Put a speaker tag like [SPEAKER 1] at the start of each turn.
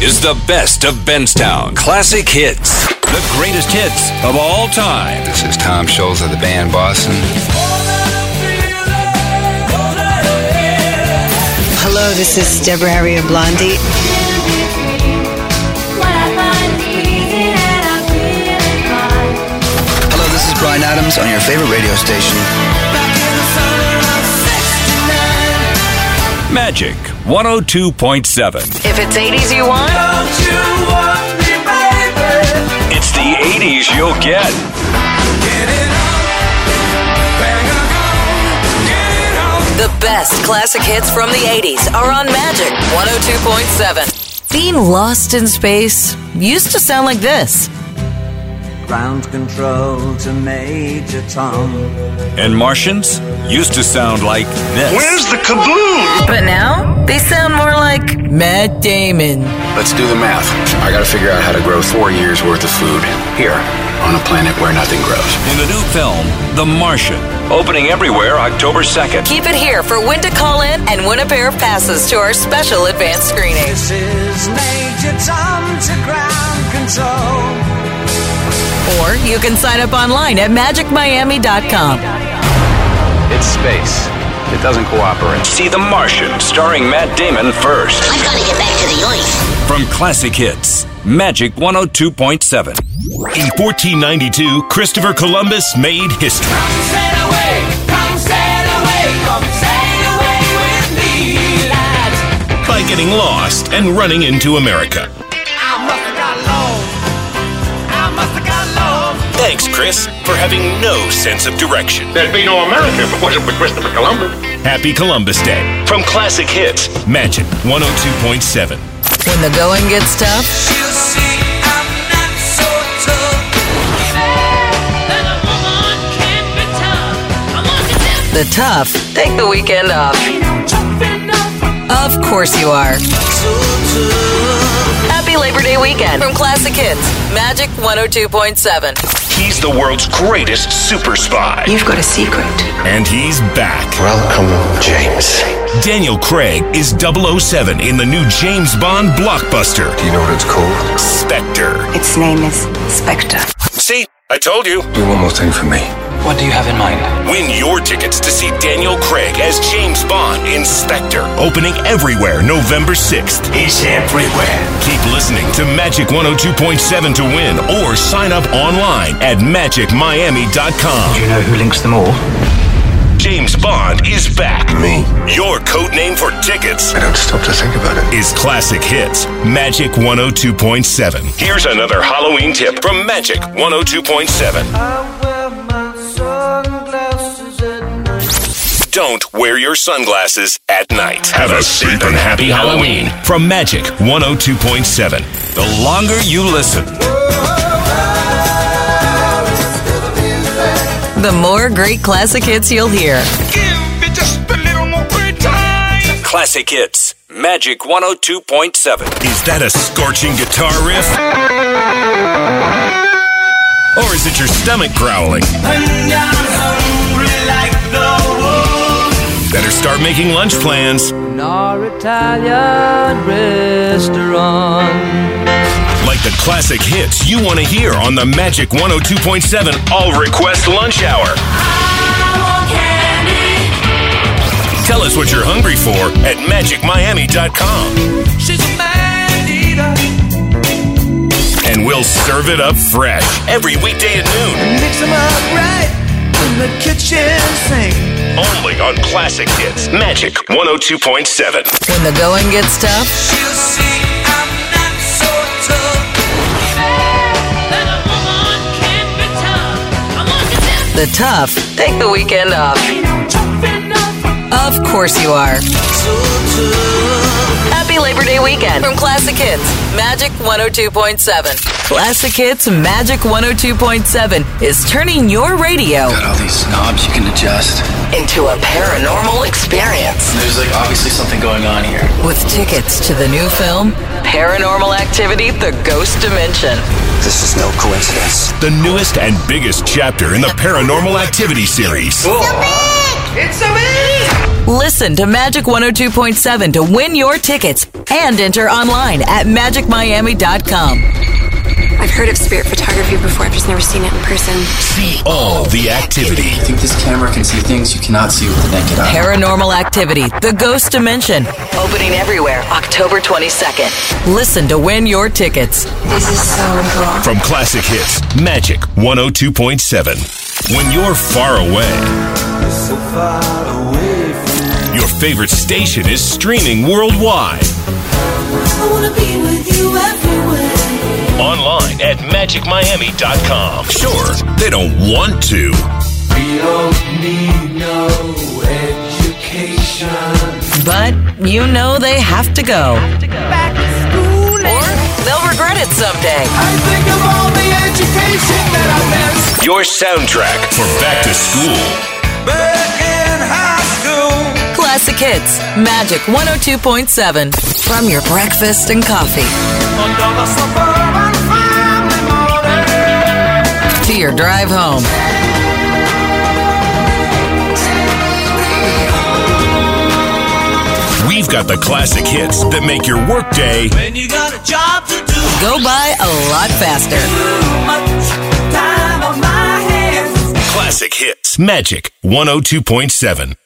[SPEAKER 1] is the best of Benstown. Classic hits. The greatest hits of all time.
[SPEAKER 2] This is Tom Scholz of the band Boston.
[SPEAKER 3] Hello, this is Deborah Harry of Blondie.
[SPEAKER 2] Hello, this is Brian Adams on your favorite radio station.
[SPEAKER 1] Magic 102.7.
[SPEAKER 3] If it's 80s you want,
[SPEAKER 1] It's the 80s you'll get.
[SPEAKER 4] The best classic hits from the 80s are on Magic 102.7. Being lost in space used to sound like this.
[SPEAKER 5] Ground control to Major Tom.
[SPEAKER 1] And Martians used to sound like this.
[SPEAKER 6] the kaboom?
[SPEAKER 4] But now they sound more like Matt Damon.
[SPEAKER 2] Let's do the math. I gotta figure out how to grow four years worth of food here on a planet where nothing grows.
[SPEAKER 1] in the new film, The Martian? Opening everywhere October 2nd.
[SPEAKER 4] Keep it here for when to call in and win a pair of passes to our special advanced screening.
[SPEAKER 5] This is Major Tom to ground control.
[SPEAKER 4] Or you can sign up online at magicmiami.com.
[SPEAKER 2] It's space. It doesn't cooperate.
[SPEAKER 1] See The Martian starring Matt Damon first.
[SPEAKER 7] I've got to get back to the ice.
[SPEAKER 1] From Classic Hits, Magic 102.7.
[SPEAKER 6] In 1492, Christopher Columbus made history. By getting lost and running into America. Thanks, Chris, for having no sense of direction.
[SPEAKER 8] There'd be no America if it wasn't for Christopher Columbus.
[SPEAKER 6] Happy Columbus Day oh from Classic Hits, Magic 102.7.
[SPEAKER 4] When the going gets tough, the tough take the weekend off. Of course you are. Happy Labor Day weekend from Classic Hits, Magic 102.7.
[SPEAKER 6] He's the world's greatest super spy.
[SPEAKER 9] You've got a secret.
[SPEAKER 6] And he's back.
[SPEAKER 2] Welcome, James.
[SPEAKER 6] Daniel Craig is 007 in the new James Bond blockbuster,
[SPEAKER 2] Do you know what it's called?
[SPEAKER 6] Spectre.
[SPEAKER 9] Its name is Spectre.
[SPEAKER 6] See, I told you.
[SPEAKER 2] Do one more thing for me.
[SPEAKER 10] What do you have in mind?
[SPEAKER 6] Win your tickets to see Daniel Craig as James Bond in Spectre. Opening everywhere November 6th. He's everywhere. Keep listening to Magic 102.7 to win or sign up online at magicmiami.com.
[SPEAKER 10] You know who links them all?
[SPEAKER 6] James Bond is back.
[SPEAKER 2] Me.
[SPEAKER 6] Your code name for tickets
[SPEAKER 2] I don't stop to think about it.
[SPEAKER 6] is Classic Hits Magic 102.7. Here's another Halloween tip from Magic 102.7.
[SPEAKER 5] I wear my sunglasses at night.
[SPEAKER 6] Don't wear your sunglasses at night. Have a safe and happy Halloween from Magic 102.7.
[SPEAKER 1] The longer you listen,
[SPEAKER 4] The more great classic hits you'll hear.
[SPEAKER 1] Classic Hits, Magic 102.7.
[SPEAKER 6] Is that a scorching guitar riff? Or is it your stomach growling? Better start making lunch plans.
[SPEAKER 5] Our Italian restaurant.
[SPEAKER 6] Like the classic hits you want to hear on the Magic 102.7 All Request Lunch Hour. Tell us what you're hungry for at magicmiami.com
[SPEAKER 5] She's a man eater.
[SPEAKER 6] and we'll serve it up fresh every weekday at
[SPEAKER 5] Mix 'em up right in the kitchen sink.
[SPEAKER 6] noon. Only on Classic Hits Magic 102.7.
[SPEAKER 4] When the going gets tough,
[SPEAKER 5] She'll see I'm not so tough.
[SPEAKER 4] the tough take the weekend off. Of course you are. Happy Labor Day weekend from Classic Hits, Magic 102.7. Classic Hits Magic 102.7 is turning your radio
[SPEAKER 2] Got all these knobs you can adjust.
[SPEAKER 4] into a paranormal experience
[SPEAKER 10] There's like obviously something going on here.
[SPEAKER 4] with tickets to the new film Paranormal Activity: The Ghost Dimension.
[SPEAKER 2] This is no coincidence.
[SPEAKER 6] The newest and biggest chapter in the paranormal activity series.
[SPEAKER 7] Big! It's a me!
[SPEAKER 4] Listen to Magic 102.7 to win your tickets and enter online at magicmiami.com.
[SPEAKER 9] I've heard of spirit photography before, I've just never seen it in person.
[SPEAKER 6] See all the activity.
[SPEAKER 10] I think this camera can see things you cannot see with the naked eye.
[SPEAKER 4] Paranormal Activity, The Ghost Dimension. Opening everywhere, October 22nd. Listen to win your tickets.
[SPEAKER 9] This is so cool.
[SPEAKER 6] From classic hits, Magic 102.7. When you're far away,
[SPEAKER 5] So far away from
[SPEAKER 6] your favorite station is streaming worldwide.
[SPEAKER 7] I wanna be with you everywhere.
[SPEAKER 6] Online at magicmiami.com. Sure, they don't want to.
[SPEAKER 5] We don't need no education.
[SPEAKER 4] But you know they have to go. Or they'll regret it someday.
[SPEAKER 5] I think of all the education that I missed
[SPEAKER 6] Your soundtrack for back to school.
[SPEAKER 5] back in high school.
[SPEAKER 4] Classic Hits, Magic 102.7. From your breakfast and coffee
[SPEAKER 5] Under the suburban family morning.
[SPEAKER 4] to your drive home.
[SPEAKER 6] We've got the classic hits that make your workday
[SPEAKER 5] When you got a job to do,
[SPEAKER 4] Go by a lot faster.
[SPEAKER 5] much time on my hands.
[SPEAKER 6] oh classic hits. Magic 102.7.